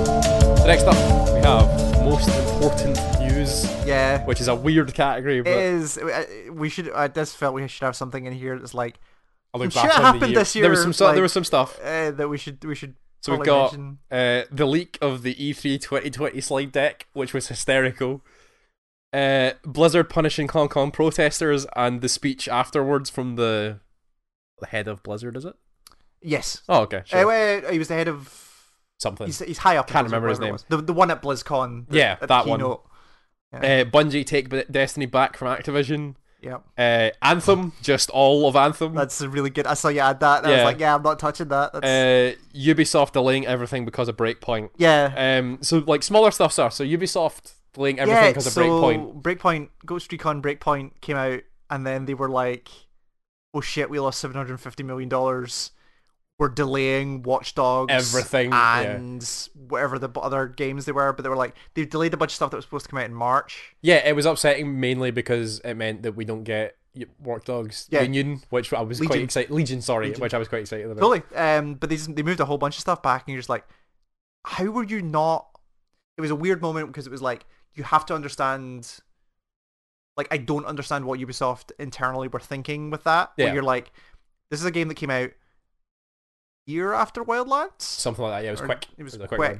So next up, we have most important news, Yeah. which is a weird category, It but is. uh, We should. I just felt we should have something in here that's like I look some back shit on the happened year. this there was year, some stuff. like- there was some stuff. uh, that we should. We should. So we've probably got mention- uh, the leak of the E E3 2020 slide deck, which was hysterical. Uh, Blizzard punishing Hong Kong protesters and the speech afterwards from the, the head of Blizzard, is it? Yes. Oh, okay, Uh, sure. wait, he was the head of. something. He's, he's high up. in Can't Blizzard, remember his whatever it was. The the one at BlizzCon. the- Yeah, at the that one. keynote. Uh, Bungie take B- Destiny back from Activision. Yeah, Uh, Anthem, just all of Anthem. that's a really good. I saw you add that. And I Yeah. was like, yeah, I'm not touching that. That's, Uh, Ubisoft delaying everything because of Breakpoint. yeah, Um, so like smaller stuff, sir. So Ubisoft delaying everything yeah. because so of Breakpoint. Breakpoint, Ghost Recon Breakpoint came out, and then they were like, oh shit, we lost 750 million dollars. We're delaying Watch Dogs, Everything, yeah. and whatever the b- other games they were. But they were like, they've delayed a bunch of stuff that was supposed to come out in March. Yeah, it was upsetting mainly because it meant that we don't get Y- Watch Dogs Yeah. Union, which I was quite Legion. excited. Legion, sorry, which I was quite excited about. Totally. Um, but they just, they moved a whole bunch of stuff back, and you're just like, how were you not? It was a weird moment because it was like you have to understand. Like I don't understand what Ubisoft internally were thinking with that. Yeah. Where you're like, this is a game that came out year after Wildlands. Something like that. Yeah, it was Or- quick. It was, a quick, one.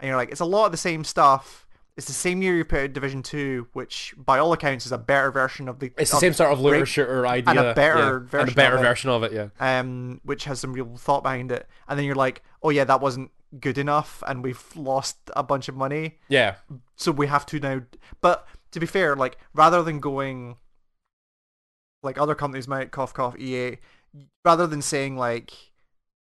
and you're like, it's a lot of the same stuff. It's the same year you put out Division Two, which by all accounts is a better version of the. It's the of- same sort of looter Break- shooter idea, and a better yeah, and a version better of it. version of it. Yeah, um, which has some real thought behind it. And then you're like, oh yeah, that wasn't good enough, and we've lost a bunch of money, yeah, so we have to now. But to be fair, like rather than going, like other companies might cough cough EA, rather than saying like,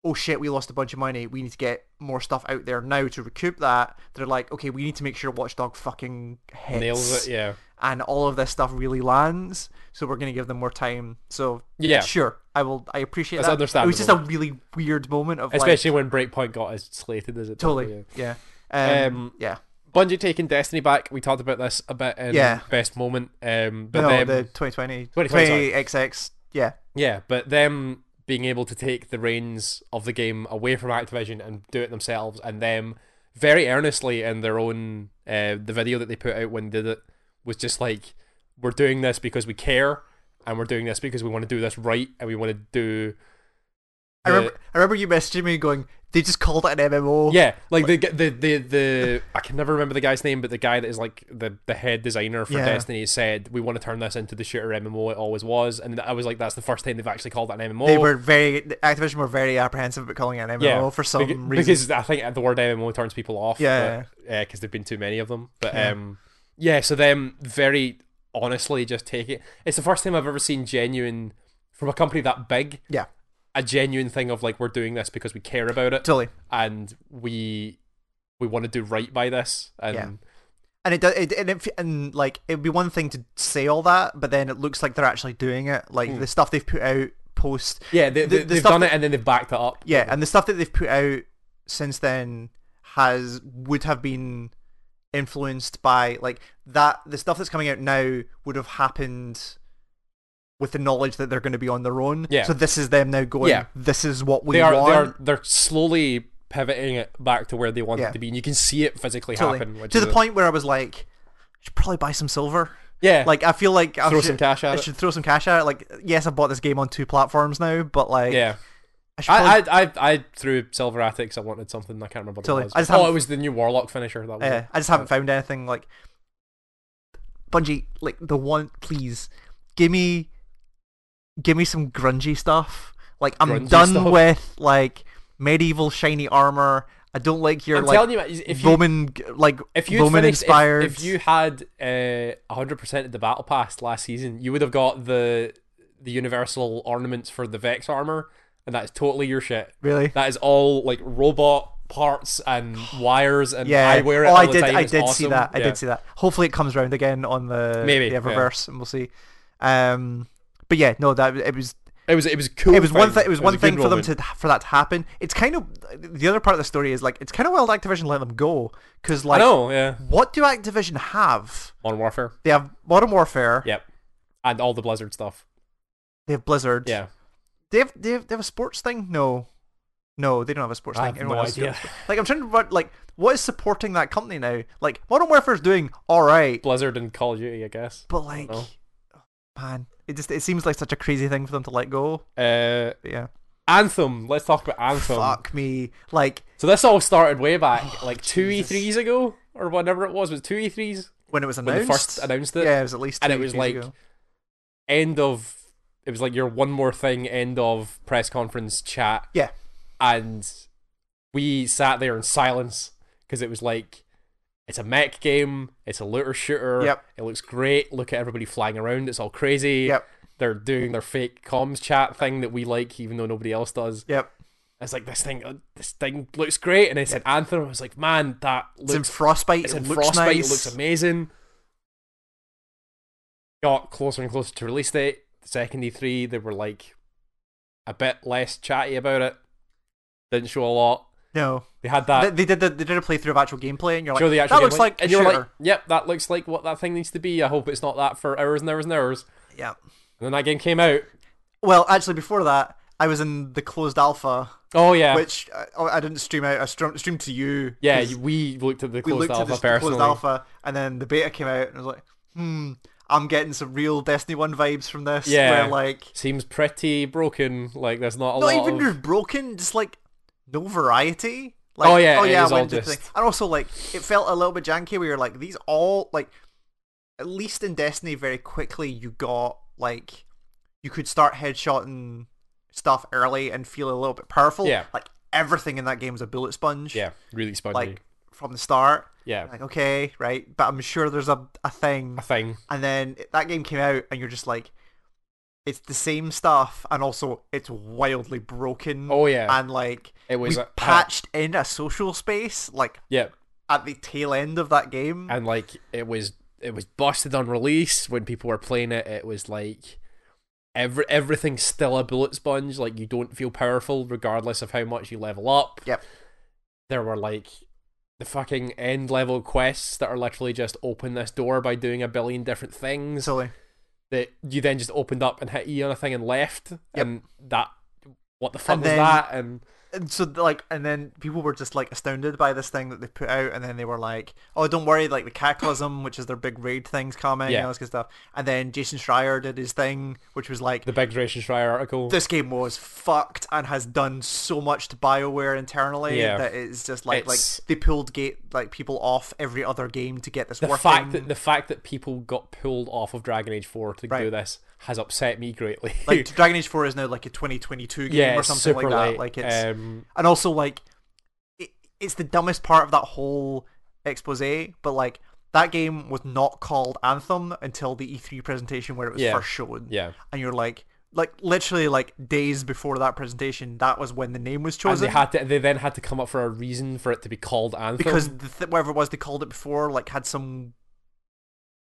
oh shit, we lost a bunch of money, we need to get more stuff out there now to recoup that. They're like, okay, we need to make sure Watchdog fucking hits nails it. Yeah, and all of this stuff really lands. So we're gonna give them more time. So Yeah. sure, I will. I appreciate That's that. understandable. It was just a really weird moment of especially when Breakpoint got as slated as it did, like, totally yeah. Um, Um, yeah, Bungie taking Destiny back. We talked about this a bit in Yeah. best moment. Um, but no, then the 2020, 2020, 20 XX, yeah, Yeah, but them being able to take the reins of the game away from Activision and do it themselves, and them very earnestly in their own uh, the video that they put out when they did it was just like, we're doing this because we care, and we're doing this because we want to do this right, and we want to do. I the- remember. I remember you messaging me going, they just called it an MMO. Yeah, like the the the the I can never remember the guy's name, but the guy that is like the the head designer for Yeah. Destiny said we want to turn this into the shooter MMO it always was, and I was like, that's the first time they've actually called it an MMO. They were very Activision were very apprehensive about calling it an MMO for some beca- reason. Because I think the word MMO turns people off. Yeah. because there've been too many of them. But Yeah. um, yeah. So them very honestly just take it. It's the first time I've ever seen genuine from a company that big. Yeah. A genuine thing of like we're doing this because we care about it totally, and we we want to do right by this and Yeah. and it does, it, and, it, and like it'd be one thing to say all that, but then it looks like they're actually doing it. Like Hmm. the stuff they've put out post yeah they, The- they, the they've stuff done that- it and then they've backed it up Yeah, and the stuff that they've put out since then has would have been influenced by like that the stuff that's coming out now would have happened with the knowledge that they're going to be on their own. Yeah. So this is them now going. Yeah. This is what we they are want. they are they're slowly pivoting it back to where they want Yeah. it to be and you can see it physically Totally. happen which to is the a- point where I was like, I should probably buy some silver. yeah Like I feel like I throw should, some cash I at it should throw some cash out. Like yes, I bought this game on two platforms now, but like yeah I should probably I, I, I, I threw Silver Attics. I wanted something. I can't remember what Totally. it was. I just oh, haven't- it was the new Warlock finisher. That was Yeah, I just haven't found anything like Bungie. Like the one, please give me, give me some grungy stuff. Like I'm Grungy done stuff? with like medieval shiny armor. I don't like your I'm like telling you, if you Roman like if you Roman finished, if- inspired. if, you had uh, hundred percent of the battle pass last season, you would have got the the universal ornaments for the Vex armor, and that's totally your shit. really That is all like robot parts and wires and yeah. eyewear. oh, all I the did. time. I It's did see awesome. that. I Yeah. did see that. Hopefully, it comes round again on the Maybe, the yeah. Eververse, and we'll see. Um, but yeah, no, that it was It was it was cool. it was one thing. thing. It was a one good thing for moment. them to for that to happen. It's kind of the other part of the story is like it's kind of wild Activision let them go because I like know. Yeah. what do Activision have? Modern Warfare. They have Modern Warfare. Yep. And all the Blizzard stuff. They have Blizzard. Yeah. They have, they have they have a sports thing. No. No, they don't have a sports I thing. have Everyone no else idea. does. Like I'm trying to run, like what is supporting that company now? Like Modern Warfare's doing all right, Blizzard and Call of Duty, I guess. but like, oh, know. man, it just it seems like such a crazy thing for them to let go. Uh, But yeah, Anthem. Let's talk about Anthem. fuck me. Like So this all started way back, like two Jesus. E3s ago or whatever it was. Was it two E E3s when it was announced, when they first announced it? yeah, it was at least, and two it was years like ago. end of. It was like your one more thing. End of press conference chat. Yeah. and we sat there in silence because it was like. It's a mech game. It's a looter shooter. Yep. It looks great. Look at everybody flying around. It's all crazy. Yep. They're doing their fake comms chat thing that we like, even though nobody else does. yep, It's like this thing, uh, this thing looks great, and I said Anthem. I was like, man, that it's in looks, Frostbite. it's it in looks Frostbite. nice. It looks amazing. Got closer and closer to release date. The second E3, they were like a bit less chatty about it. Didn't show a lot. no, They had that they, they did the, they did a playthrough of actual gameplay, and you're like, Uh, show the actual that looks gameplay, like and sure. you're like, yep, that looks like what that thing needs to be. I hope it's not that for hours and hours and hours. yeah. And then that game came out. Well, actually, before that, I was in the closed alpha, Oh yeah, which I, I didn't stream out. I stream, streamed to you. yeah. 'cause you- We looked at the we closed looked at alpha this personally. closed alpha, and then the beta came out, and I was like, hmm, I'm getting some real Destiny One vibes from this. Yeah. where like Seems pretty broken. Like there's not a not lot even of. just broken, just like no variety. Like, Oh, yeah, oh it yeah, is I went all and did the just- thing. and also like it felt a little bit janky. where you are like these all like, at least in Destiny, very quickly you got like you could start headshotting stuff early and feel a little bit powerful. Yeah. like everything in that game is a bullet sponge. Yeah, really spongy. like from the start. yeah, Like okay, right, but I'm sure there's a a thing a thing. and then it- that game came out and you're just like it's the same stuff and also it's wildly broken Oh yeah, and like it was we a, patched in a social space like yeah, at the tail end of that game and like it was it was busted on release when people were playing it. It was like every everything's still a bullet sponge. Like you don't feel powerful regardless of how much you level up. Yep. There were like the fucking end level quests that are literally just open this door by doing a billion different things. silly that you then just opened up and hit E on a thing and left, and that what the fuck And was then- that? And and so like and then people were just like astounded by this thing that they put out and then they were like oh don't worry like the cataclysm which is their big raid things coming Yeah. and all this good stuff and then jason schreier did his thing which was like the big Duration Schreier article. this game was fucked and has done so much to BioWare internally Yeah. that it's just like It's- like they pulled gate like people off every other game to get this the working. fact that the fact that people got pulled off of Dragon Age Four to do Right. this has upset me greatly. like Dragon Age Four is now like a 2022 game yeah, or it's something super like that. late. Like it's um, and also like it, it's the dumbest part of that whole expose. But like that game was not called Anthem until the E3 presentation where it was Yeah. first shown. yeah, and you're like. Like literally, like days before that presentation, that was when the name was and chosen. they had to they then had to come up for a reason for it to be called Anthem because the th- whatever it was they called it before, like had some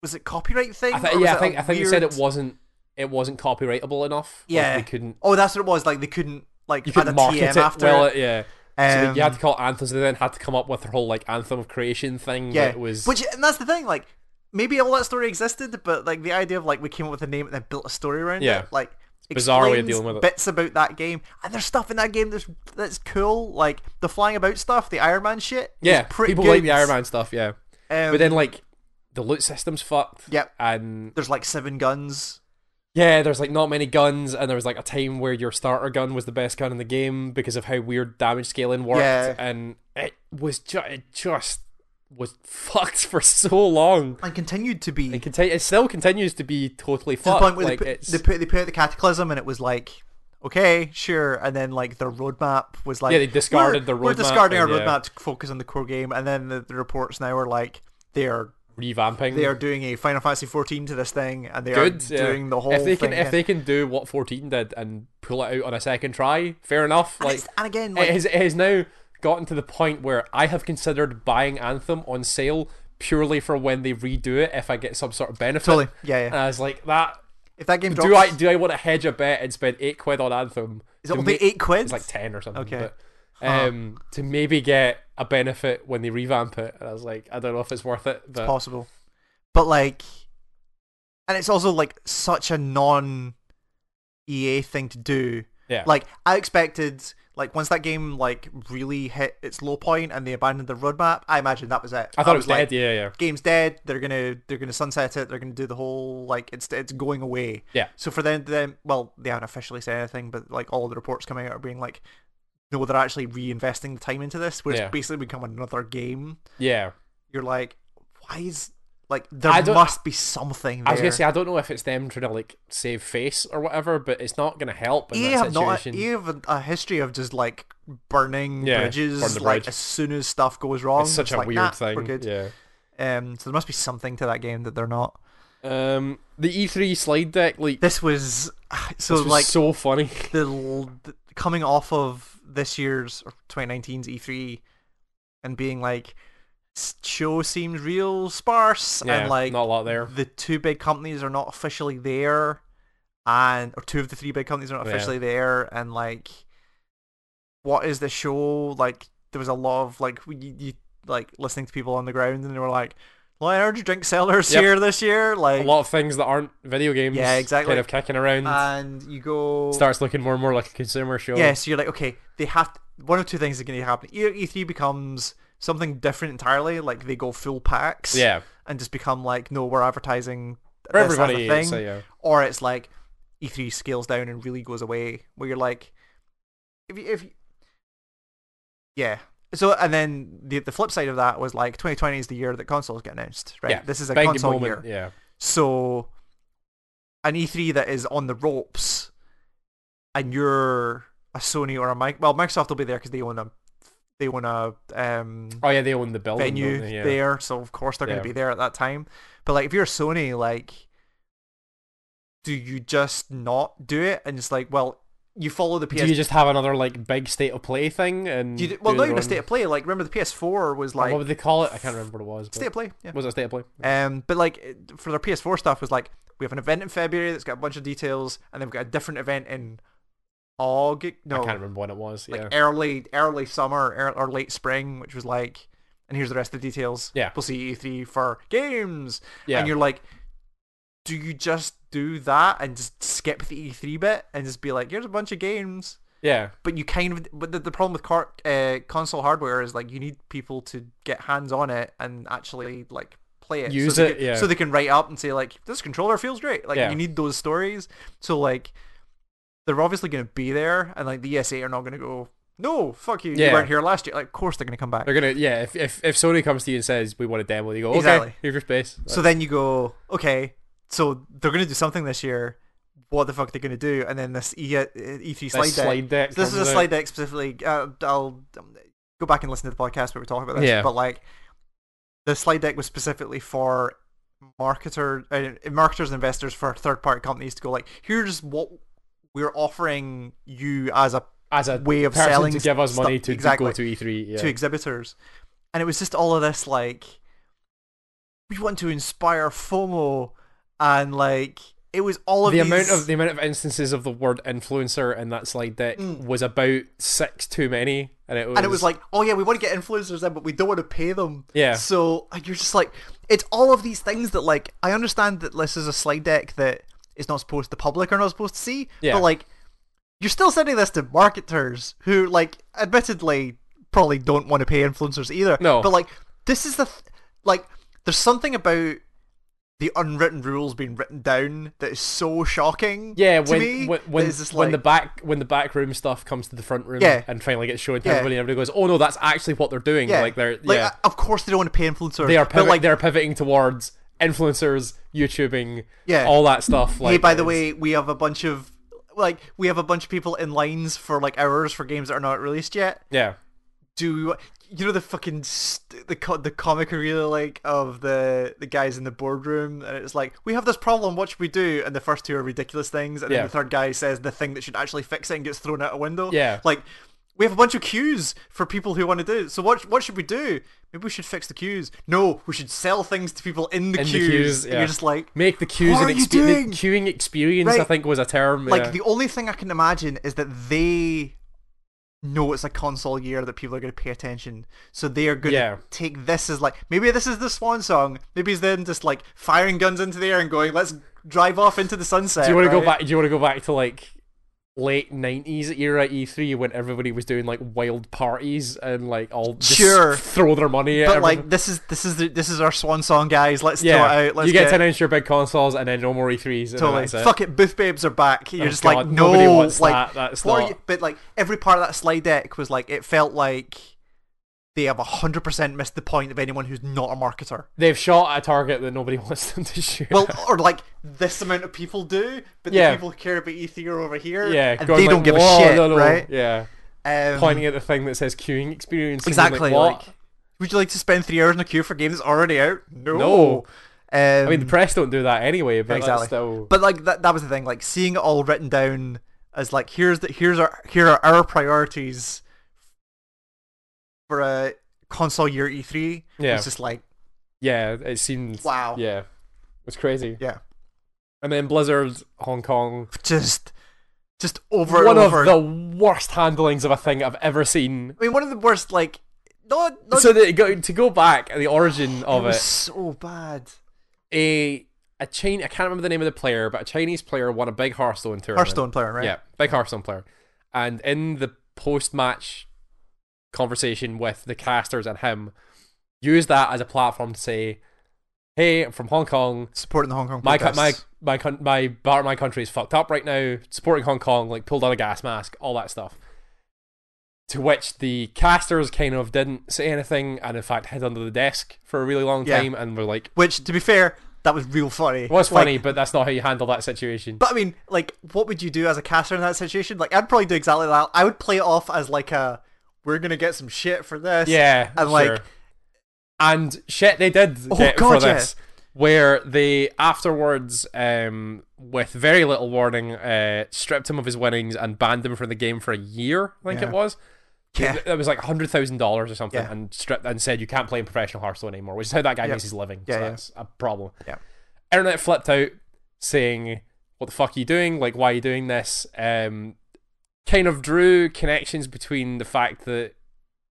was it copyright thing? I Or th- was yeah, I it think a I think they said it weird- wasn't it wasn't copyrightable enough. Like, Yeah. they couldn't. Oh, that's what it was. Like they couldn't like You add a couldn't market TM it after well, it. yeah. so Um, they- you had to call it Anthem, so they then had to come up with their whole like Anthem of Creation thing. yeah, that was which and that's the thing. Like maybe all that story existed, but like the idea of like we came up with a name and then built a story around Yeah. it, like. bizarre way of explains dealing with it. Bits about that game, and there's stuff in that game that's that's cool, like the flying about stuff, the Iron Man shit. is Yeah, pretty people good. like the Iron Man stuff. Yeah, Um, but then like the loot system's fucked. Yep. And there's like seven guns. yeah, there's like not many guns, and there was like a time where your starter gun was the best gun in the game because of how weird damage scaling worked, Yeah. and it was just it just was fucked for so long. and continued to be It conti- it still continues to be totally to the fucked. point where like they, put, it's they put they put out the cataclysm and it was like okay sure and then like their roadmap was like Yeah, they discarded we're, the we're roadmap discarding our and, yeah. roadmap to focus on the core game and then the, the reports now are like they are revamping. they are doing a Final Fantasy 14 to this thing and they Mm. good. are yeah. doing the whole if they thing can if they can do what 14 did and pull it out on a second try, fair enough. and, Like it's- and again it, like has, it has now gotten to the point where I have considered buying Anthem on sale purely for when they redo it if I get some sort of benefit. totally yeah, And yeah. I was like, that. if that game drops Do I do I want to hedge a bet and spend eight quid on Anthem? is to it only ma- 8 quid It's like ten or something. Okay. Uh-huh. But, um, to maybe get a benefit when they revamp it, and I was like, I don't know if it's worth it, but possible. But like, and it's also like such E a non EA thing to do. Yeah. Like I expected like once that game like really hit its low point and they abandoned the roadmap, I imagine that was it. I thought it was like, dead. Yeah, yeah. game's dead. They're gonna they're gonna sunset it. They're gonna do the whole like it's it's going away. Yeah. So for them, them well, they haven't officially said anything, but like all the reports coming out are being like, no, they're actually reinvesting the time into this, where Yeah. it's basically become another game. Yeah. You're like, why is like there I don't- must be something. There. I was gonna say I don't know if it's them trying to like save face or whatever, but it's not gonna help in EA that E have not situation. EA have a, a history of just like burning Yeah, bridges burn the like bridge. as soon as stuff goes wrong. it's such a like, weird "Nah, thing. We're good. Yeah. Um, so there must be something to that game that they're not. Um, the E3 slide deck leak. This was so this was like so funny. the, l- the coming off of this year's or 2019's E3 and being like "S- show seems real sparse Yeah, and like not a lot there. the two big companies are not officially there and or two of the three big companies are not Yeah. officially there and like what is the show like there was a lot of like you, you like listening to people on the ground and they were like low energy drink sellers Yep. here this year A like lot of things that aren't video games. Yeah, exactly. Uh, Kind of kicking around. and you go starts looking more and more like a consumer show. Yeah, so you're like, okay, they have one of two things are going to happen. Either E3 becomes something different entirely, like they go full packs, Yeah. and just become like, no, we're advertising For this as a everybody. thing, So yeah. or it's like E3 scales down and really goes away, where you're like, if you, if you, yeah. So and then the the flip side of that was like 2020 is the year that consoles get announced, right? Yeah, This is a Big console year. moment. Yeah. So, an E3 that is on the ropes, and you're a Sony or a Mic. Well, Microsoft will be there because they own a they own a um, Oh yeah, they own the building. venue don't they? Yeah. there, so of course they're Yeah. going to be there at that time. But like, if you're Sony, like, do you just not do it? And it's like, well, you follow the PS. Do you just have another like big state of play thing and do you- well, do not their even a own- state of play. Like, remember the PS4 was What like would they call it? I can't remember what it was. but- state of play. Yeah. Was it a state of play? Um, but like it- for their PS4 stuff was like we have an event in February that's got a bunch of details, and they've got a different event in August. I No, can't remember when it was. like eh, Yeah. early early summer ear- or late spring, which was like, and here's the rest of the details. Yeah. we'll see E3 for games, yeah. and you're like, do you just do that and just skip the E3 bit and just be like, here's a bunch of games? yeah. But you kind of, but the, the problem with car, uh, console hardware is like you need people to get hands on it and actually like play it. Use so they it, can, yeah. So they can write up and say like, this controller feels great. Like Yeah. you need those stories. So like, they're obviously going to be there, and like the ESA are not going to go. No, fuck you. Yeah. You weren't here last year. Like, of course they're going to come back. They're gonna yeah. If, if if Sony comes to you and says we want a demo, you go okay. Exactly. Here's your space. So then you go, okay, so they're going to do something this year. What the fuck are they going to do? And then this E E3 slide This deck. slide deck. this is a comes out. slide deck specifically. Uh, I'll um, go back and listen to the podcast where we talk about this. Yeah. But like, the slide deck was specifically for marketer, uh, marketers, and investors for third-party companies to go like, here's what we're offering you as a as a way of person selling to give us stu- money to, to exactly go to E3. Yeah. to exhibitors, and it was just all of this like we want to inspire FOMO, and like it was all of the these... amount of the amount of instances of the word influencer in that slide deck Mm. was about six too many, and it was and it was like, oh yeah, we want to get influencers in, but we don't want to pay them. Yeah. So and you're just like, it's all of these things that like I understand that this is a slide deck that is not supposed the public are not supposed to see. Yeah. But like, you're still sending this to marketers who like, admittedly, probably don't want to pay influencers either. No. But like, this is the th- like, there's something about the unwritten rules being written down that is so shocking. yeah to when me, when that when, it's just when like- the back when the back room stuff comes to the front room Yeah. and finally gets shown to Yeah. everybody, and everybody goes, oh no, that's actually what they're doing. Like they're yeah uh, of course they don't want to pay influencers. they are but pivot- like they're pivoting towards influencers, YouTubing, Yeah. all that stuff. Like hey, by the it's- way, we have a bunch of like we have a bunch of people in lines for like hours for games that are not released yet. yeah. Do we, wa- you know the fucking st- the co- the comic really like of the the guys in the boardroom and it's like we have this problem. What should we do? And the first two are ridiculous things, and Yeah. then the third guy says the thing that should actually fix it and gets thrown out a window. Yeah. like. We have a bunch of queues for people who want to do it. So what what should we do? Maybe we should fix the queues. No, we should sell things to people in the In the queues. queues, And yeah. you're just like, Make the queues What and are you expe- the doing? queuing experience. I Right. think was a term. uh, Like yeah. the only thing I can imagine is that they know it's a console year that people are going to pay attention, so they are going Yeah. to take this as like maybe this is the swan song. Maybe it's them just like firing guns into the air and going, "Let's drive off into the sunset." do you want to go right? back? Do you want to go back to like late nineties era E three when everybody was doing like wild parties and like all just Sure. throw their money at But everything. like this is this is the, this is our swan song, guys. Let's throw yeah, it out. Let's you get, to it. announce your big consoles and then no more E3s. And totally. that's it. Fuck it, booth babes are back. You're Oh just God, like no, nobody wants like that. That's what are not- you- but like every part of that slide deck was like it felt like they have hundred percent missed the point of anyone who's not a marketer. They've shot at a target that nobody wants them to shoot. Well, or like this amount of people do, but Yeah. the people who care about E3 are over here, yeah, and going they like, don't give "Whoa, a shit, no, no." right? Yeah, Um, pointing at the thing that says queuing experience. and being Like, exactly. Like, what? would you like to spend three hours in a queue for a game that's already out? No. No. Um, I mean, the press don't do that anyway, but exactly. that's still. But like that, that was the thing. Like seeing it all written down as like here's the here's our here are our priorities for a console year E E3. Yeah. It's just like yeah, it seems. wow. Yeah, it was crazy. Yeah. And then Blizzard Hong Kong, Just just over one and over. of the worst handlings of a thing I've ever seen. I mean, one of the worst. Like no, no So that it go, to go back at the origin it of was it, so bad. a a Chin I can't remember the name of the player, but a Chinese player won a big Hearthstone tournament. Hearthstone player, right? Yeah, big Hearthstone player. And in the post match conversation with the casters and him, used that as a platform to say, "Hey, I'm from Hong Kong. Supporting the Hong Kong. My co- protests. my my con- my part of my country is fucked up right now. Supporting Hong Kong, like pulled on a gas mask, all that stuff." To which the casters kind of didn't say anything, and in fact hid under the desk for a really long Yeah. time, and were like, Which, to be fair, that was real funny. "It was Like, funny, but that's not how you handle that situation." But I mean, like, what would you do as a caster in that situation? Like, I'd probably do exactly that. I would play it off as like a, we're gonna get some shit for this. Yeah, and, like- sure. and shit, they did Oh, get for God, yeah. this, where they afterwards, um, with very little warning, uh, stripped him of his winnings and banned him from the game for a year. I think Yeah. it was. Yeah. It was like hundred thousand dollars or something, Yeah. and stripped and said you can't play in professional Hearthstone anymore, which is how that guy Yep. makes his living. Yeah, so yeah. that's a problem. Yeah. Internet flipped out, saying, "What the fuck are you doing? Like, why are you doing this?" Um, kind of drew connections between the fact that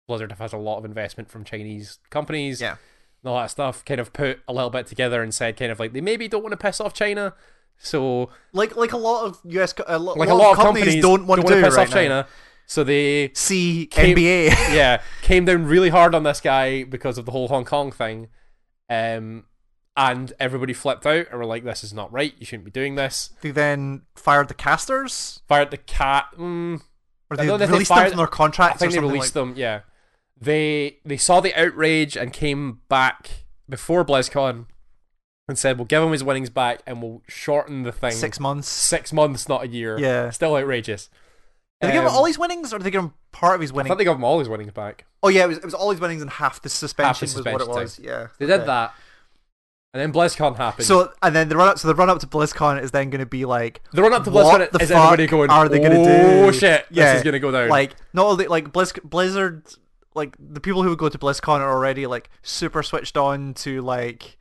Blizzard have had a lot of investment from Chinese companies, Yeah. and all that stuff. Kind of put a little bit together and said, kind of like they maybe don't want to piss off China, so Like, like a lot of US, co- a lot, like a lot of companies, don't want to do piss right off now. China, so they See Came- NBA. yeah, came down really hard on this guy because of the whole Hong Kong thing. Um, and everybody flipped out and were like, this is not right. You shouldn't be doing this. they then fired the casters, Fired the cat. Mm, or I they know that they released fired- them from their I contracts. think or they something released like. them. Yeah. They they saw the outrage and came back before BlizzCon and said, we'll give him his winnings back and we'll shorten the thing. Six months. Six months, not a year. Yeah. Still outrageous. Did they give him Um, all his winnings, or did they give him part of his I winnings? thought they gave him all his winnings back. Oh yeah, it was, it was all his winnings and half the suspension, was suspension what thing. it was. Yeah, They did Okay. that. And then BlizzCon happened. So and then the run up, so the run up to BlizzCon is then going to be like The run up to What BlizzCon the is everybody fuck going, are they gonna Oh do?" shit, Yeah, this is gonna go down. like not only like Blizz- Blizzard like the people who would go to BlizzCon are already like super switched on to like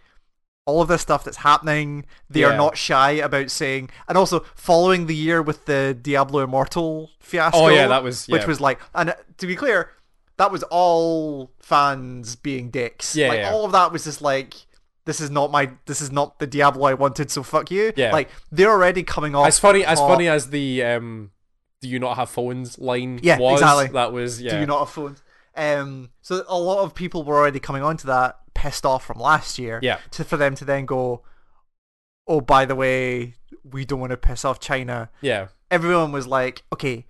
all of this stuff that's happening. They Yeah. are not shy about saying and also following the year with the Diablo Immortal fiasco. Oh, yeah, that was- yeah. which was like and uh, to be clear, that was all fans being dicks. Yeah, like yeah. all of that was just like this is not my this is not the Diablo I wanted, so fuck you. Yeah. Like they're already coming off as funny as oh, funny as the um, do you not have phones line Yeah, was. exactly. That was yeah. do you not have phones? Um, so a lot of people were already coming onto that pissed off from last year. Yeah. To for them to then go, oh by the way, we don't want to piss off China. yeah, Everyone was like, okay,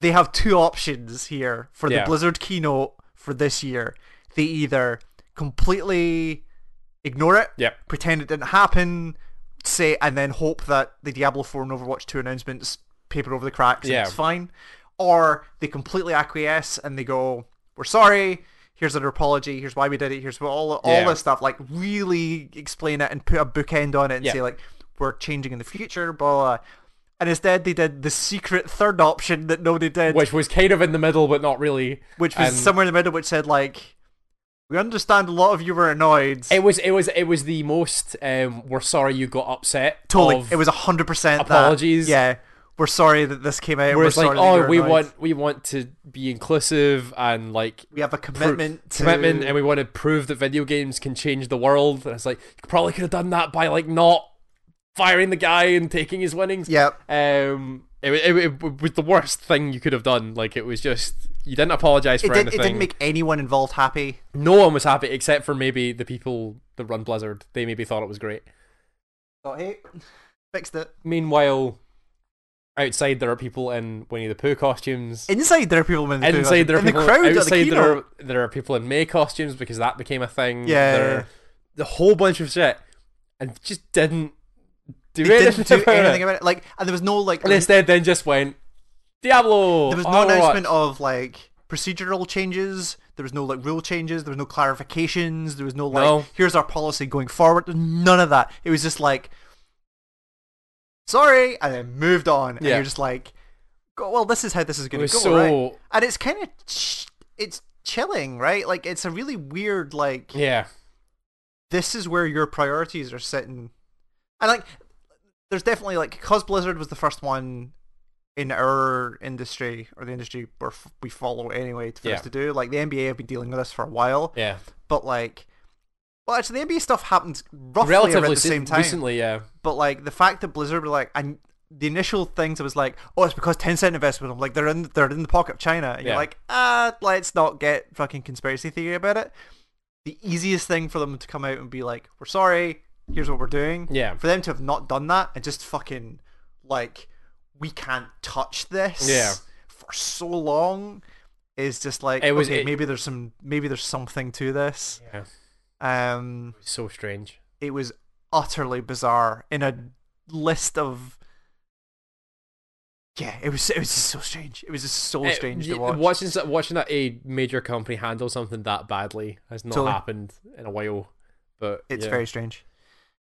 they have two options here for Yeah. the Blizzard keynote for this year. They either completely ignore it, Yep. pretend it didn't happen, say, and then hope that the Diablo 4 and Overwatch 2 announcements paper over the cracks Yeah. and it's fine. Or they completely acquiesce and they go, we're sorry, here's an apology, here's why we did it, here's what all, all Yeah. this stuff. Like, really explain it and put a bookend on it and Yeah. say, like, we're changing in the future, blah, blah. And instead, they did the secret third option that nobody did, which, which was kind of in the middle, but not really. was and- somewhere in the middle, which said, like, we understand a lot of you were annoyed. It was it was it was the most. Um, we're sorry you got upset. totally. Of, it was hundred percent apologies. yeah, we're sorry that this came out. Whereas we're like, sorry that oh, you're we annoyed. want we want to be inclusive and like we have a commitment, to... commitment, and we want to prove that video games can change the world. And it's like you probably could have done that by like not firing the guy and taking his winnings. Yep. Um, It, wa- it, wa- it, was the worst thing you could have done. Like it was just you didn't apologize for It, did, it anything. didn't make anyone involved happy. No one was happy except for maybe the people that run Blizzard. They maybe thought it was great. Thought, hey, fixed it. Meanwhile, outside there are people in Winnie the Pooh costumes. Inside there are people in the crowd. Inside there are in people. the crowd at the outside there keynote. are, there are people in May costumes because that became a thing. Yeah, yeah, There- yeah. the whole bunch of shit, and just didn't do They anything didn't do about anything it. about it. Like, and there was no like. and instead, then just went Diablo. There was no Overwatch." announcement of like procedural changes. There was no like rule changes. There was no clarifications. There was no like No. here's our policy going forward. None of that. It was just like sorry, and then moved on. And Yeah. you're just like, go, well, this is how this is It going to was go, so right? And it's kind of ch- it's chilling, right? Like it's a really weird like yeah. this is where your priorities are sitting. And like, there's definitely like, cause Blizzard was the first one in our industry or the industry where f- we follow anyway to first Yeah. to do. Like the NBA have been dealing with this for a while, Yeah, but like, well, actually the NBA stuff happened roughly relatively around the se- same time. recently. Yeah, But like the fact that Blizzard were like, and the initial things it was like, oh, it's because Tencent invested with them. Like they're in they're in the pocket of China. And Yeah. You're like, ah, let's not get fucking conspiracy theory about it. The easiest thing for them to come out and be like, we're sorry. Here's what we're doing. Yeah. For them to have not done that and just fucking like, we can't touch this. Yeah. For so long. Is just like It was- okay, it- maybe there's some maybe there's something to this. yeah, Um so strange. it was utterly bizarre in a list of yeah it was it was just so strange it was just so It- strange y- to watch Eh, Watching s- watching that a major company handle something that badly has not Totally. happened in a while. But it's yeah. very strange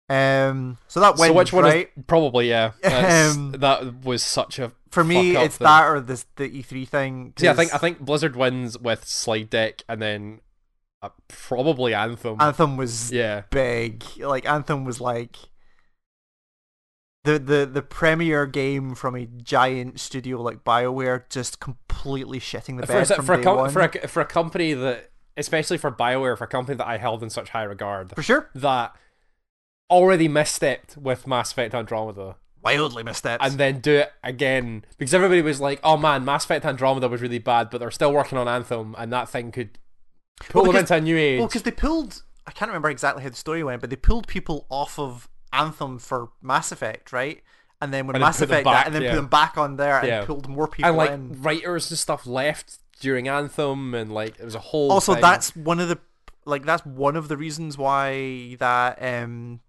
um so that went so which one right is probably yeah that's- Um, that was such a for me fuck up it's thing. that or this the e3 thing see I think 'cause I think Blizzard wins with slide deck and then uh, probably Anthem anthem was yeah big like anthem was like the, the the premier game from a giant studio like bioware just completely shitting the for, a, bed se- from for, a day com- one. for a for a company that especially for Bioware for a company that I held in such high regard for sure that already misstepped with Mass Effect Andromeda wildly missteps and then do it again because everybody was like, "Oh man, Mass Effect Andromeda was really bad, but they're still working on Anthem, and that thing could pull Well, them because- into a new age." Well, because they pulled, I can't remember exactly how the story went, but they pulled people off of Anthem for Mass Effect, right? And then when And then Mass put them Effect, back, and then yeah. put them back on there Yeah. and pulled more people and like in. writers and stuff left during Anthem, and like it was a whole. Also, thing. that's one of the like that's one of the reasons why that um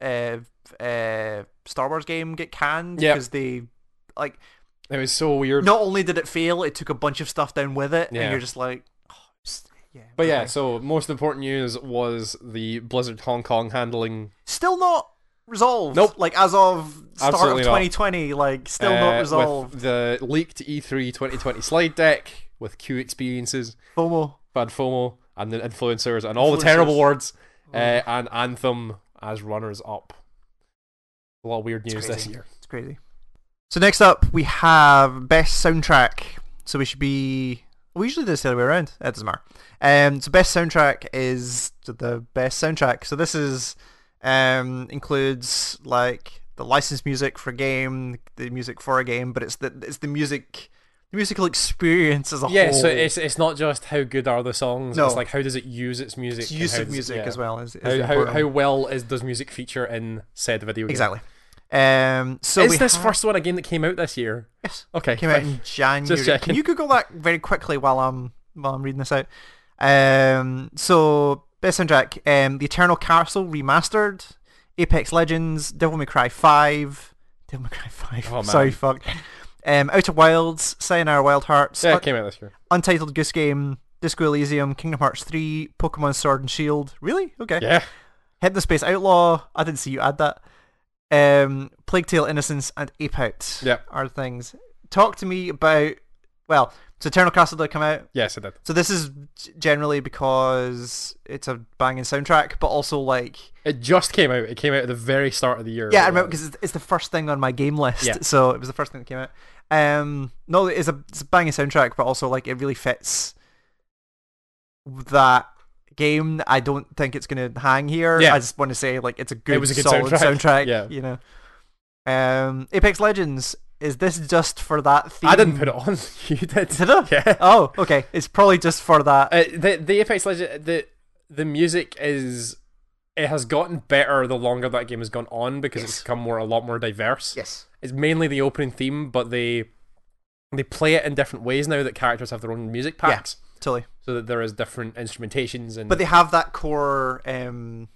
uh uh Star Wars game get canned Yeah. because they like it was so weird. not only did it fail, it took a bunch of stuff down with it, Yeah. and you're just like, oh, s- yeah. But yeah, okay. so most important news was the Blizzard Hong Kong handling. still not resolved. Nope. Like as of start Absolutely of not. 2020, like still uh, not with resolved. the leaked E E3 2020 slide deck with Q experiences, FOMO. bad FOMO, and the influencers, and all the Influencers. terrible words, uh, and Anthem as runners up. A lot of weird news this crazy. year. It's crazy. So next up we have best soundtrack. So we should be. We usually do this the other way around. It doesn't matter. Um, so best soundtrack is the best soundtrack. So this is um includes like the licensed music for a game, the music for a game, but it's the it's the music, the musical experience as a Yeah, whole. so it's it's not just how good are the songs. No. It's like how does it use its music? It's and use how of does it- music yeah. as well. Is, is How, how, important. how well is does music feature in said video game? Exactly. Um, so we is this have- first one a game that came out this year? Yes. Okay. came out in January? checking. Can you Google that very quickly while I'm while I'm reading this out? Um, so best soundtrack: um, The Eternal Castle remastered, Apex Legends, Devil May Cry Five, Devil May Cry Five. Oh, man. Sorry, fuck. Um, Outer Wilds, Sayonara Wild Hearts, Yeah, Un- it came out this year. Untitled Goose Game, Disco Elysium, Kingdom Hearts Three, Pokemon Sword and Shield. Really? Okay. Yeah. Hit the Space Outlaw. I didn't see you add that. Um, Plague Tale Innocence and Ape Out Yep. are things. Talk to me about. Well, so Eternal Castle did come out. Yes, it did. So this is g- generally because it's a banging soundtrack, but also like It just came out. It came out at the very start of the year. yeah, I remember because it's, it's the first thing on my game list. Yeah. So it was the first thing that came out. Um, no, it's a, it's a banging soundtrack, but also like it really fits that game. I don't think it's gonna hang here. Yeah. I just want to say like it's a good, was a good solid soundtrack. soundtrack. Yeah. you know. Um, Apex Legends, is this just for that theme? I didn't put it on. You did. Did I? Yeah. Oh, okay. It's probably just for that. Uh, the the Apex Legend the the music is it has gotten better the longer that game has gone on because it's Yes. become more a lot more diverse. yes. It's mainly the opening theme, but they they play it in different ways now that characters have their own music Yeah. packs, Totally. so that there is different instrumentations and But they have that core. Um,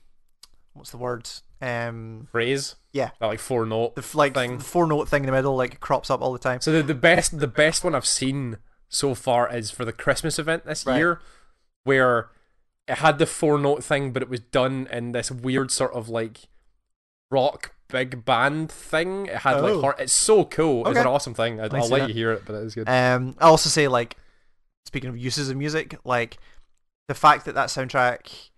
what's the word? Um, phrase. Yeah. that like four note. the f- like Thing. the four note thing in the middle like crops up all the time. So the, the best the best one I've seen so far is for the Christmas event this Right. year, where it had the four note thing, but it was done in this weird sort of like rock big band thing. It had like Oh. heart. It's so cool. It's Okay. an awesome thing. I, me I'll see let that. you hear it, but it is good. Um, I also say like, speaking of uses of music, like the fact that that soundtrack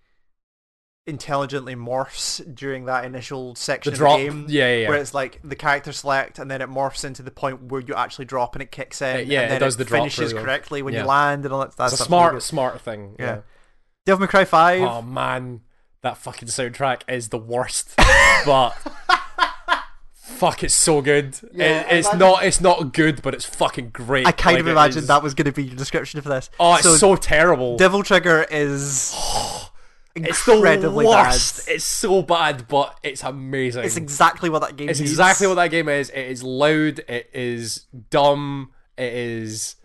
intelligently morphs during that initial the section of drop. the game. yeah, yeah. Where yeah. it's like the character select, and then it morphs into the point where you actually drop, and it kicks in. Uh, yeah, and it then does the drop finishes really well. correctly when Yeah. you land, and all that. That's It's a smart, smart thing. Yeah. Devil May Cry Five. Oh man, that fucking soundtrack is the worst. but fuck, it's so good. Yeah, it, it's imagine- not. It's not good, but it's fucking great. I kind of Like, it imagined is- that was going to be your description for this. Oh, it's so, terrible. Devil Trigger is it's the incredibly worst. bad. It's so bad, but it's amazing. It's exactly what that game. It's needs. exactly what that game is. It is loud. It is dumb. It is.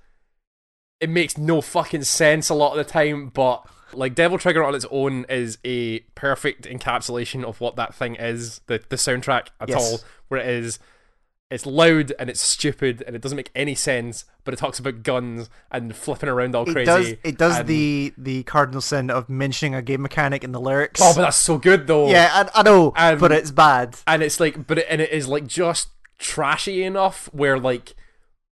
It makes no fucking sense a lot of the time, but like Devil Trigger on its own is a perfect encapsulation of what that thing is. The the soundtrack at Yes. all, where it is. It's loud and it's stupid and it doesn't make any sense, but it talks about guns and flipping around all crazy. It does. It does and- the the cardinal sin of mentioning a game mechanic in the lyrics. Oh, but that's so good though. yeah, I, I know, Um, but it's bad. and it's like but it, and it is like just trashy enough where like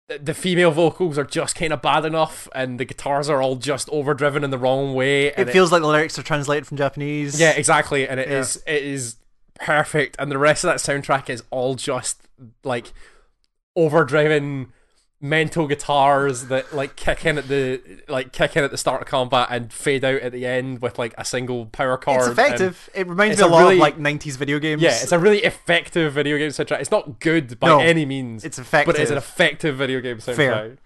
th- the female vocals are just kind of bad enough and the guitars are all just overdriven in the wrong way and It feels like the lyrics are translated from Japanese. yeah exactly and it Yeah. is it is perfect and the rest of that soundtrack is all just like overdriven mental guitars that like kick in at the like kick in at the start of combat and fade out at the end with like a single power chord it's and- effective. It reminds it's me a a lot really- of like '90s video games. yeah, it's a really effective video game soundtrack. It's not good by No, any means. it's effective. But it's an effective video game soundtrack.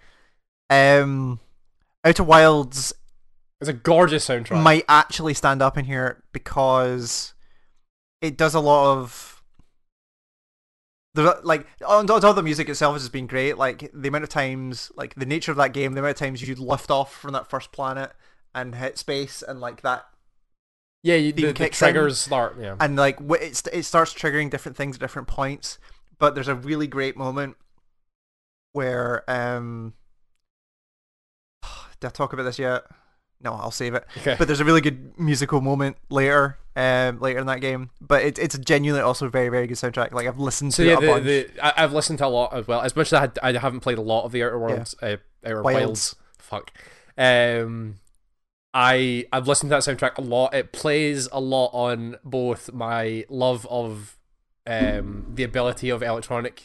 Fair. um, Outer Wilds It's a gorgeous soundtrack. might actually stand up in here because it does a lot of the like on top of the music itself has been great. Like the amount of times, like the nature of that game, the amount of times you'd lift off from that first planet and hit space, and like that, yeah, you, theme the, the kicks triggers start. Yeah, and like wh- it, st- it starts triggering different things at different points. But there's a really great moment where um, did I talk about this yet? No, I'll save it. okay. but there's a really good musical moment later, um, later in that game. But it, it's genuinely also a very, very good soundtrack. Like I've listened so to yeah, it a the, bunch. the, I, I've listened to a lot as well. As much as I, had, I haven't played a lot of the Outer Worlds, uh, Outer Wilds. Wilds. Fuck. Um, I I've listened to that soundtrack a lot. It plays a lot on both my love of um the ability of electronic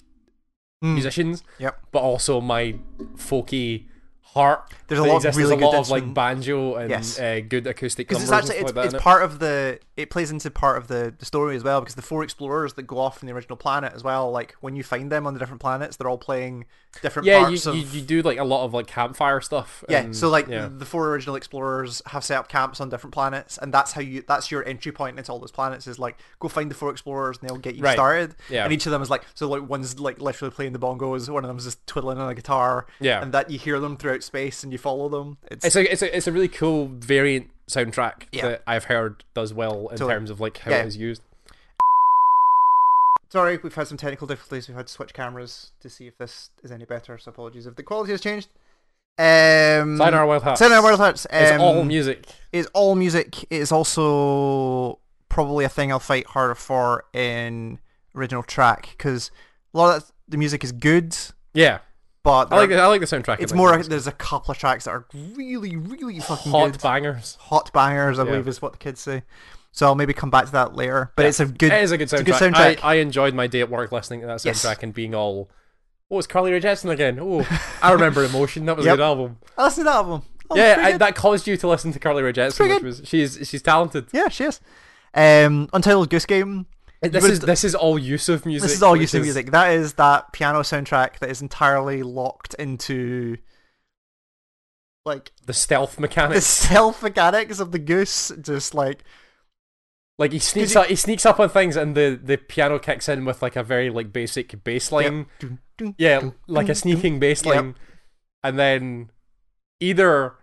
Mm, musicians, Yep. but also my folky heart There's a that lot of exists. really There's good a lot of like instrument- banjo and Yes. uh, good acoustic because numbers it's actually and it's, stuff like it's that. part of the it plays into part of the, the story as well because the four explorers that go off from the original planet as well like when you find them on the different planets they're all playing different yeah, parts you, of you you do like a lot of like campfire stuff. yeah and- so like yeah. the four original explorers have set up camps on different planets and that's how you that's your entry point into all those planets is like go find the four explorers and they'll get you Right. started Yeah. and each of them is like so like one's like literally playing the bongos one of them's just twiddling on a guitar Yeah. and that you hear them throughout space and you follow them it's, it's a it's a it's a really cool variant soundtrack Yeah. that I've heard does well in Totally. terms of like how Yeah. it is used. sorry we've had some technical difficulties we've had to switch cameras to see if this is any better so apologies if the quality has changed um Sayonara Wild Hearts. Sayonara Wild Hearts It's all um, music. is all music. It is also probably a thing I'll fight harder for in original track because a lot of that, the music is good, Yeah, but I like the, there- I like the soundtrack. it's in that more. game. There's a couple of tracks that are really, really fucking hot good. bangers. Hot bangers, I Yeah. believe, is what the kids say. So I'll maybe come back to that later. But Yeah. it's a good. it is a good soundtrack. a good soundtrack. I, I enjoyed my day at work listening to that Yes. soundtrack and being all, oh, it's Carly Rae Jepsen again. Oh, I remember Emotion. That was Yep. a good album. I listened to that album. Oh, it's yeah, pretty I, good. that caused you to listen to Carly Rae Jepsen, pretty which was she's she's talented. yeah, she is. Um, Untitled Goose Game This would- is this is all use of music. This is all which use of music. That is that piano soundtrack that is entirely locked into like The stealth the mechanic. stealth mechanics of the goose. Just like Like he sneaks he- up, he sneaks up on things, and the the piano kicks in with like a very like basic bass line. dun, dun, Yeah, dun, like a dun, sneaking bass Yep. line, and then either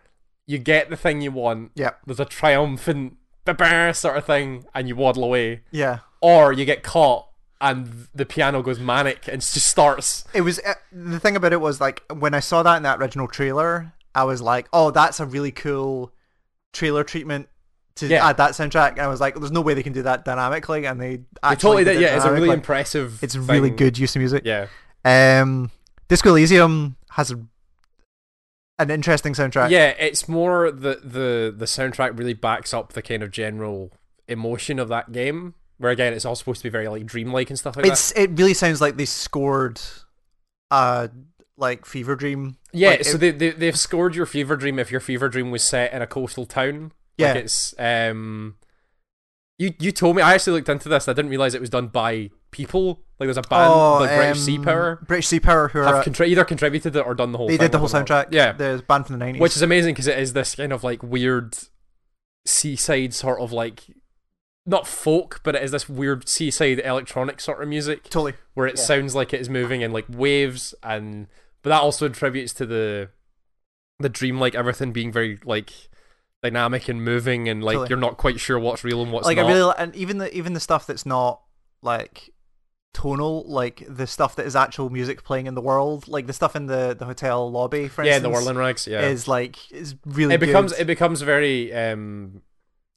you get the thing you want. Yep. There's a triumphant "Ba-ba" sort of thing, and you waddle away, dun. yeah. or you get caught, and the piano goes manic and just starts. It was uh, the thing about it was like when I saw that in that original trailer, I was like, "Oh, that's a really cool trailer treatment to Yeah. add that soundtrack." And I was like, "There's no way they can do that dynamically," and they I actually totally did. it Yeah, it's a really dynamically. impressive. it's really thing. good use of music. Yeah. Um, Disco Elysium has a, an interesting soundtrack. Yeah, it's more the the the soundtrack really backs up the kind of general emotion of that game. Where again, it's all supposed to be very like dreamlike and stuff like that. it's it really sounds like they scored, uh, like Fever Dream. Yeah, like, so it- they, they they've scored your fever dream if your fever dream was set in a coastal town. Yeah. like it's um. You you told me I actually looked into this. and I didn't realize it was done by people. Like there's a band, oh, like British Sea um, Power, British Sea Power, who are have contri- either contributed it or done the whole. they thing did the whole with them. soundtrack. Yeah. the band from the nineties. which is amazing because it is this kind of like weird seaside sort of like not folk but it is this weird seaside electronic sort of music totally where it Yeah. sounds like it is moving in like waves and but that also attributes to the the dream like everything being very like dynamic and moving and like Totally. you're not quite sure what's real and what's like not I really li- and even the even the stuff that's not like tonal, like the stuff that is actual music playing in the world, like the stuff in the the hotel lobby, for yeah the instance, whirling rags yeah is like is really it becomes good. it becomes very um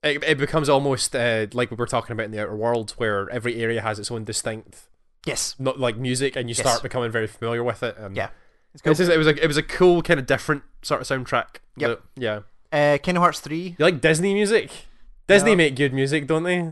it, it becomes almost uh, like we were talking about in the outer world where every area has its own distinct yes. not like music and you Yes. start becoming very familiar with it and Yeah. It's cool. this is, it was a it was a cool kind of different sort of soundtrack Yep. that- yeah Uh, Kingdom Hearts three, you like disney music disney Yeah. make good music don't they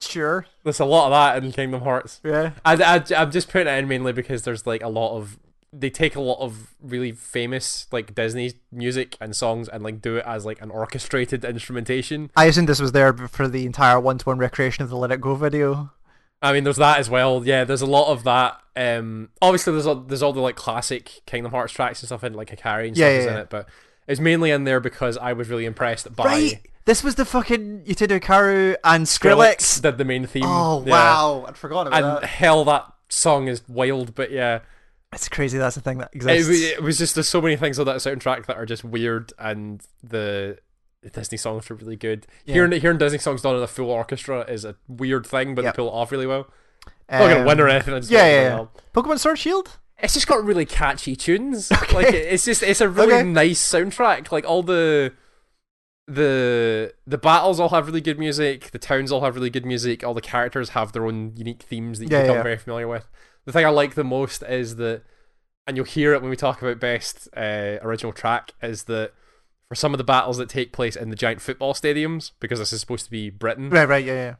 sure, there's a lot of that in kingdom hearts yeah, I, I, i'm just putting it in mainly because there's like a lot of they take a lot of really famous like disney music and songs and like do it as like an orchestrated instrumentation I assume this was there b- for the entire one-to-one recreation of the Let It Go video. I mean, there's that as well. Yeah, there's a lot of that. Um, obviously, there's all, there's all the like classic Kingdom Hearts tracks and stuff in like Hikari and Yeah, stuff is yeah, in yeah. it, but it's mainly in there because I was really impressed by Right, this was the fucking Yutedo Karu and Skrillex. Skrillex did the main theme. Oh yeah. wow, I'd forgotten about And that. hell, that song is wild. But yeah, It's crazy. That's the thing that it, exists. wa- it was just there's so many things on that soundtrack that are just weird, and the, the Disney songs were really good. Yeah. Hearing hearing Disney songs done in a full orchestra is a weird thing, but Yep. they pull it off really well. Not gonna Um, win or anything. I just yeah, thought it was yeah, well. yeah. Pokemon Sword Shield. It's just got really catchy tunes. Okay. Like it- it's just it's a really Okay. nice soundtrack. Like all the the the battles all have really good music. The towns all have really good music. All the characters have their own unique themes that you Yeah, become yeah. very familiar with. The thing I like the most is that, and you'll hear it when we talk about best uh, original track, is that for some of the battles that take place in the giant football stadiums, because this is supposed to be Britain, Mm. Right, right, yeah, yeah.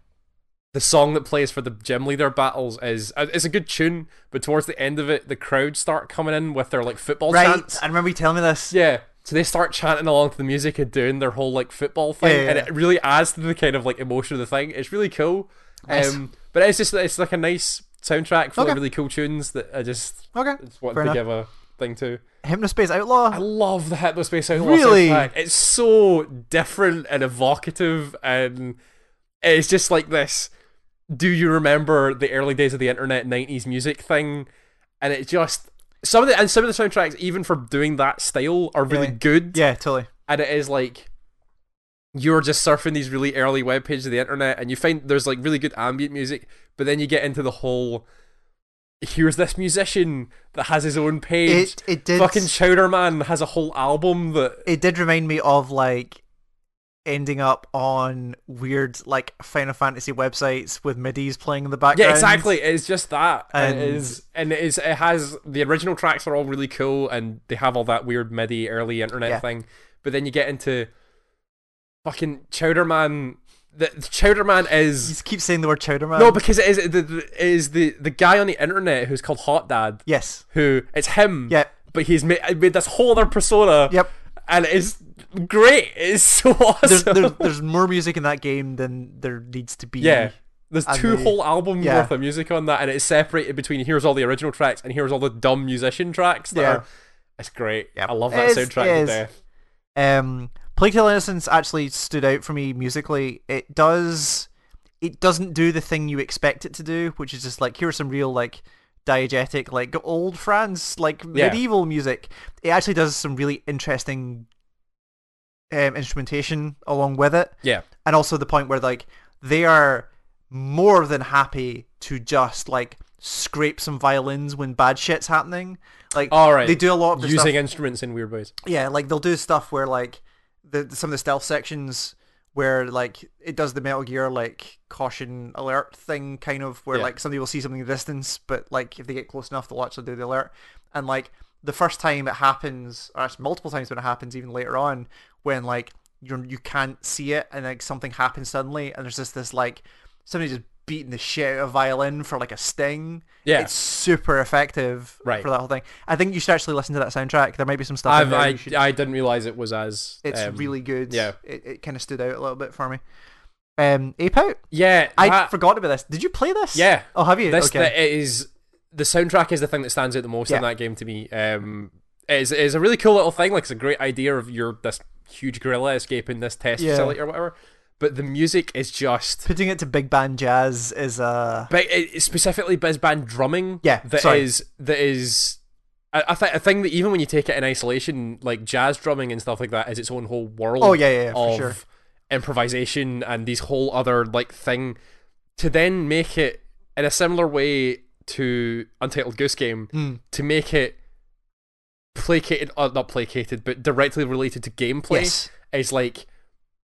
the song that plays for the gym leader battles is uh, it's a good tune, but towards the end of it, the crowd start coming in with their like football right, chants. I remember you telling me this. Yeah, so they start chanting along to the music and doing their whole like football thing, Yeah, yeah, and yeah. it really adds to the kind of like emotion of the thing. It's really cool. Nice. Um, but it's just it's like a nice soundtrack full Okay. of really cool tunes that I just Okay. it's what Fair to enough. give a thing to. Hypnospace Outlaw. I love the Hypno Space Outlaw Really? soundtrack. It's so different and evocative, and it's just like this. Do you remember the early days of the internet '90s music thing? And it just some of the and some of the soundtracks, even for doing that style, are really Yeah. good. yeah, totally. And it is like you're just surfing these really early web pages of the internet, and you find there's like really good ambient music, but then you get into the whole. Here's this musician that has his own page. It it did Fucking Chowder Man has a whole album that it did remind me of like ending up on weird like Final Fantasy websites with midis playing in the background. yeah exactly it's just that and, it And- is and it is it has the original tracks are all really cool and they have all that weird MIDI early internet Yeah. thing but then you get into fucking Chowder Man the, the Chowder Man You is just keep saying the word chowder man. no because it is the, the it is the the guy on the internet who's called Hot Dad yes. who it's him Yeah. but he's made, made this whole other persona Yep. and it's great it's so awesome There's, there's there's more music in that game than there needs to be. Yeah. There's And two the- whole albums yeah. worth of music on that, and it's separated between here's all the original tracks and here's all the dumb musician tracks. That Yeah. are, it's great. Yep. I love It that is- soundtrack it to is. death. Um, Plague Tale Innocence actually stood out for me musically. It does, it doesn't do the thing you expect it to do, which is just like here's some real like diegetic, like old France, like Yeah. medieval music. It actually does some really interesting um, instrumentation along with it, Yeah, and also the point where like they are more than happy to just like scrape some violins when bad shit's happening. Like, All right. they do a lot of their using stuff instruments in weird ways. yeah, like they'll do stuff where like the some of the stealth sections where like it does the Metal Gear like caution alert thing kind of where Yeah. like somebody will see something in the distance, but like if they get close enough, they'll actually do the alert. And like the first time it happens, or actually multiple times when it happens, even later on, when like you you can't see it and like something happens suddenly, and there's just this like somebody just beating the shit out of a violin for like a sting. Yeah. it's super effective Right. for that whole thing. I think you should actually listen to that soundtrack. There might be some stuff. in I've, there I you should I didn't realize it was as it's um, really good. yeah. it, it kind of stood out a little bit for me. Um, Ape Out. yeah. I that- forgot about this. Did you play this? Ah. Yeah. Oh, have you? This okay. that it is the soundtrack is the thing that stands out the most Yeah. in that game to me. Um, it is it is a really cool little thing. Like it's a great idea of your this huge gorilla escaping this test Yeah. facility or whatever. But the music is just. Putting it to big band jazz is uh But it, specifically biz band drumming. Yeah, that is sorry. that is. I, I think a thing that even when you take it in isolation, like jazz drumming and stuff like that, is its own whole world. Oh, yeah, yeah, yeah, for of sure. improvisation and these whole other like thing. To then make it in a similar way to Untitled Goose Game, mm, to make it placated, uh, not placated, but directly related to gameplay yes. is like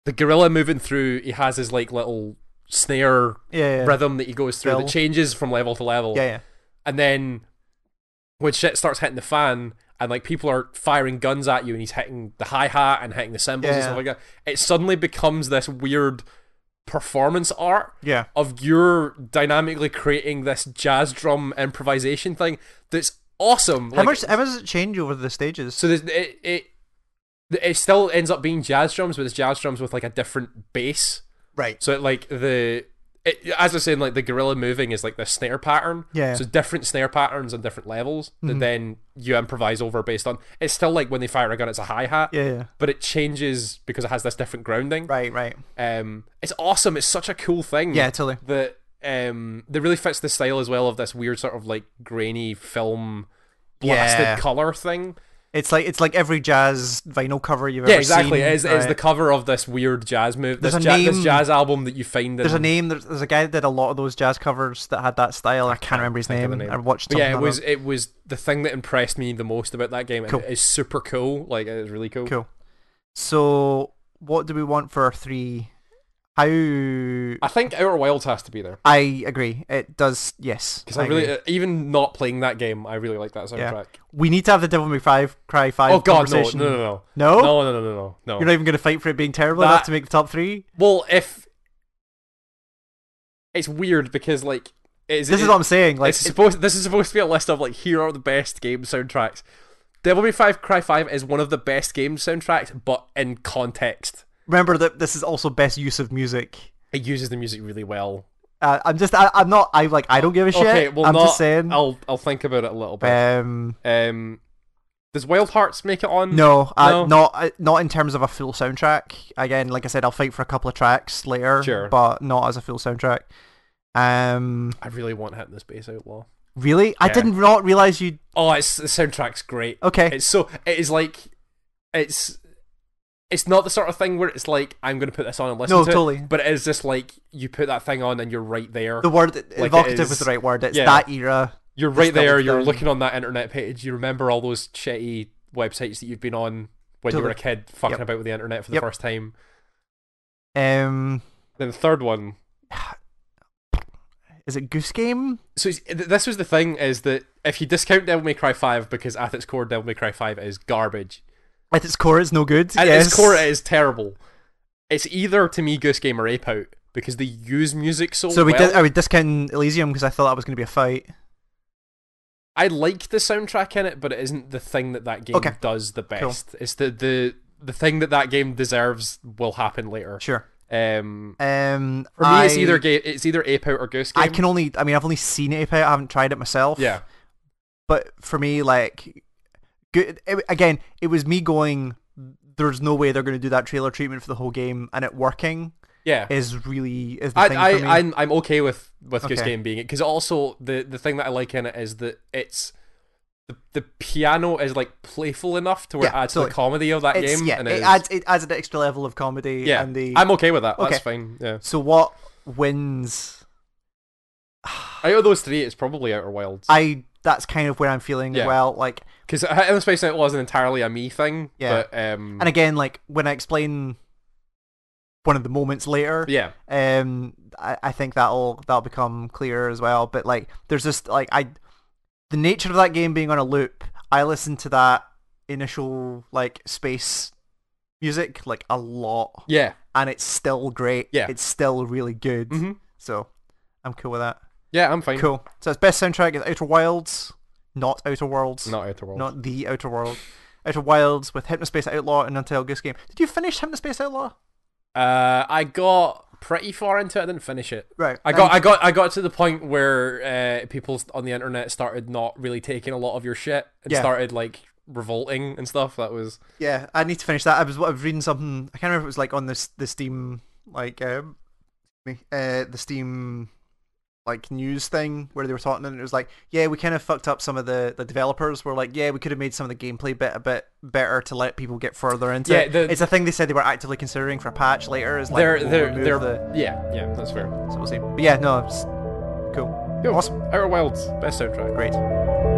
the gorilla moving through. He has his like little snare Yeah. Yeah. rhythm that he goes through Drill. that changes from level to level. yeah, yeah. And then when shit starts hitting the fan and like people are firing guns at you and he's hitting the hi hat and hitting the cymbals and Yeah. stuff like that, it suddenly becomes this weird performance art Yeah. of your dynamically creating this jazz drum improvisation thing that's awesome. how Like, much? How much does it change over the stages? So there's, it it it still ends up being jazz drums, but it's jazz drums with like a different bass. right. So it, like the it, as I was saying, like the gorilla moving is like the snare pattern. Yeah. Mm-hmm. So different snare patterns on different levels that then you improvise over based on. It's still like when they fire a gun, it's a hi hat, Yeah. Yeah. but it changes because it has this different grounding. Right. Right. Um, it's awesome. It's such a cool thing. Yeah. Totally. That um that really fits the style as well of this weird sort of like grainy film blasted Yeah. color thing. It's like it's like every jazz vinyl cover you've Yeah, ever exactly. seen. It is, it is the right. cover of this weird jazz move, this, There's a ja- this name- jazz album that you find. There's a in, name. There's, there's a guy that did a lot of those jazz covers that had that style. I can't remember his think of name. the I name. watched. But yeah, something it on was it was the thing that impressed me the most about that game. and Cool. It is super cool. Like it is really cool. Cool. So, what do we want for our three? How I think Outer Wilds has to be there I agree. It does. Yes, because I, agree. really uh, even not playing that game, I really like that soundtrack. Yeah. we need to have the Devil May Cry Cry Five. Oh god, no, no, conversation. no, no, No? no, no, no, no, no, no. You're not even going to fight for it being terrible That- enough to make the top three. Well, if it's weird because like is This is what I'm saying. Like, it's supposed this is supposed to be a list of like here are the best game soundtracks. Devil May Five Cry Five is one of the best game soundtracks, but in context, remember that this is also best use of music. it uses the music really well. Uh, I'm just. I, I'm not. I like. I don't give a shit. Okay, well, I'm not, just saying. I'll I'll think about it a little bit. um, Um, does Wild Hearts make it on? no, I, No. not I- not in terms of a full soundtrack. Again, like I said, I'll fight for a couple of tracks later, Sure. but not as a full soundtrack. Um, I really want Hitting the Space Outlaw. Really? I Yeah. did not realize you. Oh, it's the soundtrack's great. Okay. It's so it is like it's it's not the sort of thing where it's like I'm gonna put this on and listen No, to it, totally. but it is just like you put that thing on and you're right there. the word evocative is- was the right word. It's yeah. that era. You're right Just double there. You're down. looking on that internet page. You remember all those shitty websites that you've been on when you were a kid, fucking Yep. about with the internet for the Yep. first time. Um, Then the third one. is it Goose Game? So it's, th- this was the thing: is that if you discount Devil May Cry Five, because at its core, Devil May Cry Five is garbage. At its core, it's no good. At yes. its core, it is terrible. It's either to me Goose Game or Ape Out because they use music so, So we well. did. oh. I would discount Elysium because I thought that was going to be a fight. I like the soundtrack in it, but it isn't the thing that that game Okay. does the best. It's the the the thing that that game deserves will happen later. Sure. Um, Um, for me, I, it's either ga- it's either Ape Out or Goose Game. I can only. I mean, I've only seen it. I haven't tried it myself. Yeah, but for me, like, good it, again, it was me going. There's no way they're going to do that trailer treatment for the whole game, and it working yeah. is really is the I, thing I, for me. I'm, I'm okay with with Goose Okay. Game being it because also the the thing that I like in it is that it's the, the piano is like playful enough to where it Yeah, adds to the totally. comedy of that it's, game. yeah, and it is- adds it adds an extra level of comedy. yeah. and the I'm okay with that. Okay. That's fine. Yeah, so what wins? out of those three, it's probably Outer Wilds I that's kind of where I'm feeling Yeah. as well. Like, because in Space Out wasn't entirely a me thing. Yeah. but, um, and again, like when I explain one of the moments later, yeah, um I, I think that'll that'll become clearer as well but like there's just like i the nature of that game being on a loop i listened to that initial like space music like a lot yeah, and it's still great Yeah. it's still really good Mhm. so i'm cool with that yeah. I'm fine. cool so it's best soundtrack is outer wilds not outer worlds Not Outer Worlds. not the outer world outer wilds with hypnospace outlaw and until goose game did you finish hypnospace outlaw Uh, I got pretty far into it. I didn't finish it. right I and- got, I got, I got to the point where uh, people on the internet started not really taking a lot of your shit and Yeah. started like revolting and stuff. That was Yeah, I need to finish that. I was I was reading something. I can't remember if it was like on this the Steam like um, me uh the Steam like news thing where they were talking and it was like yeah we kind of fucked up some of the the developers were like yeah we could have made some of the gameplay bit a bit better to let people get further into Yeah, it. the- it's a thing they said they were actively considering for a patch later is like they're, we'll they're, remove they're, the yeah, yeah. That's fair. so we'll see but yeah no it's cool Cool. awesome Outer Wilds, best soundtrack. great.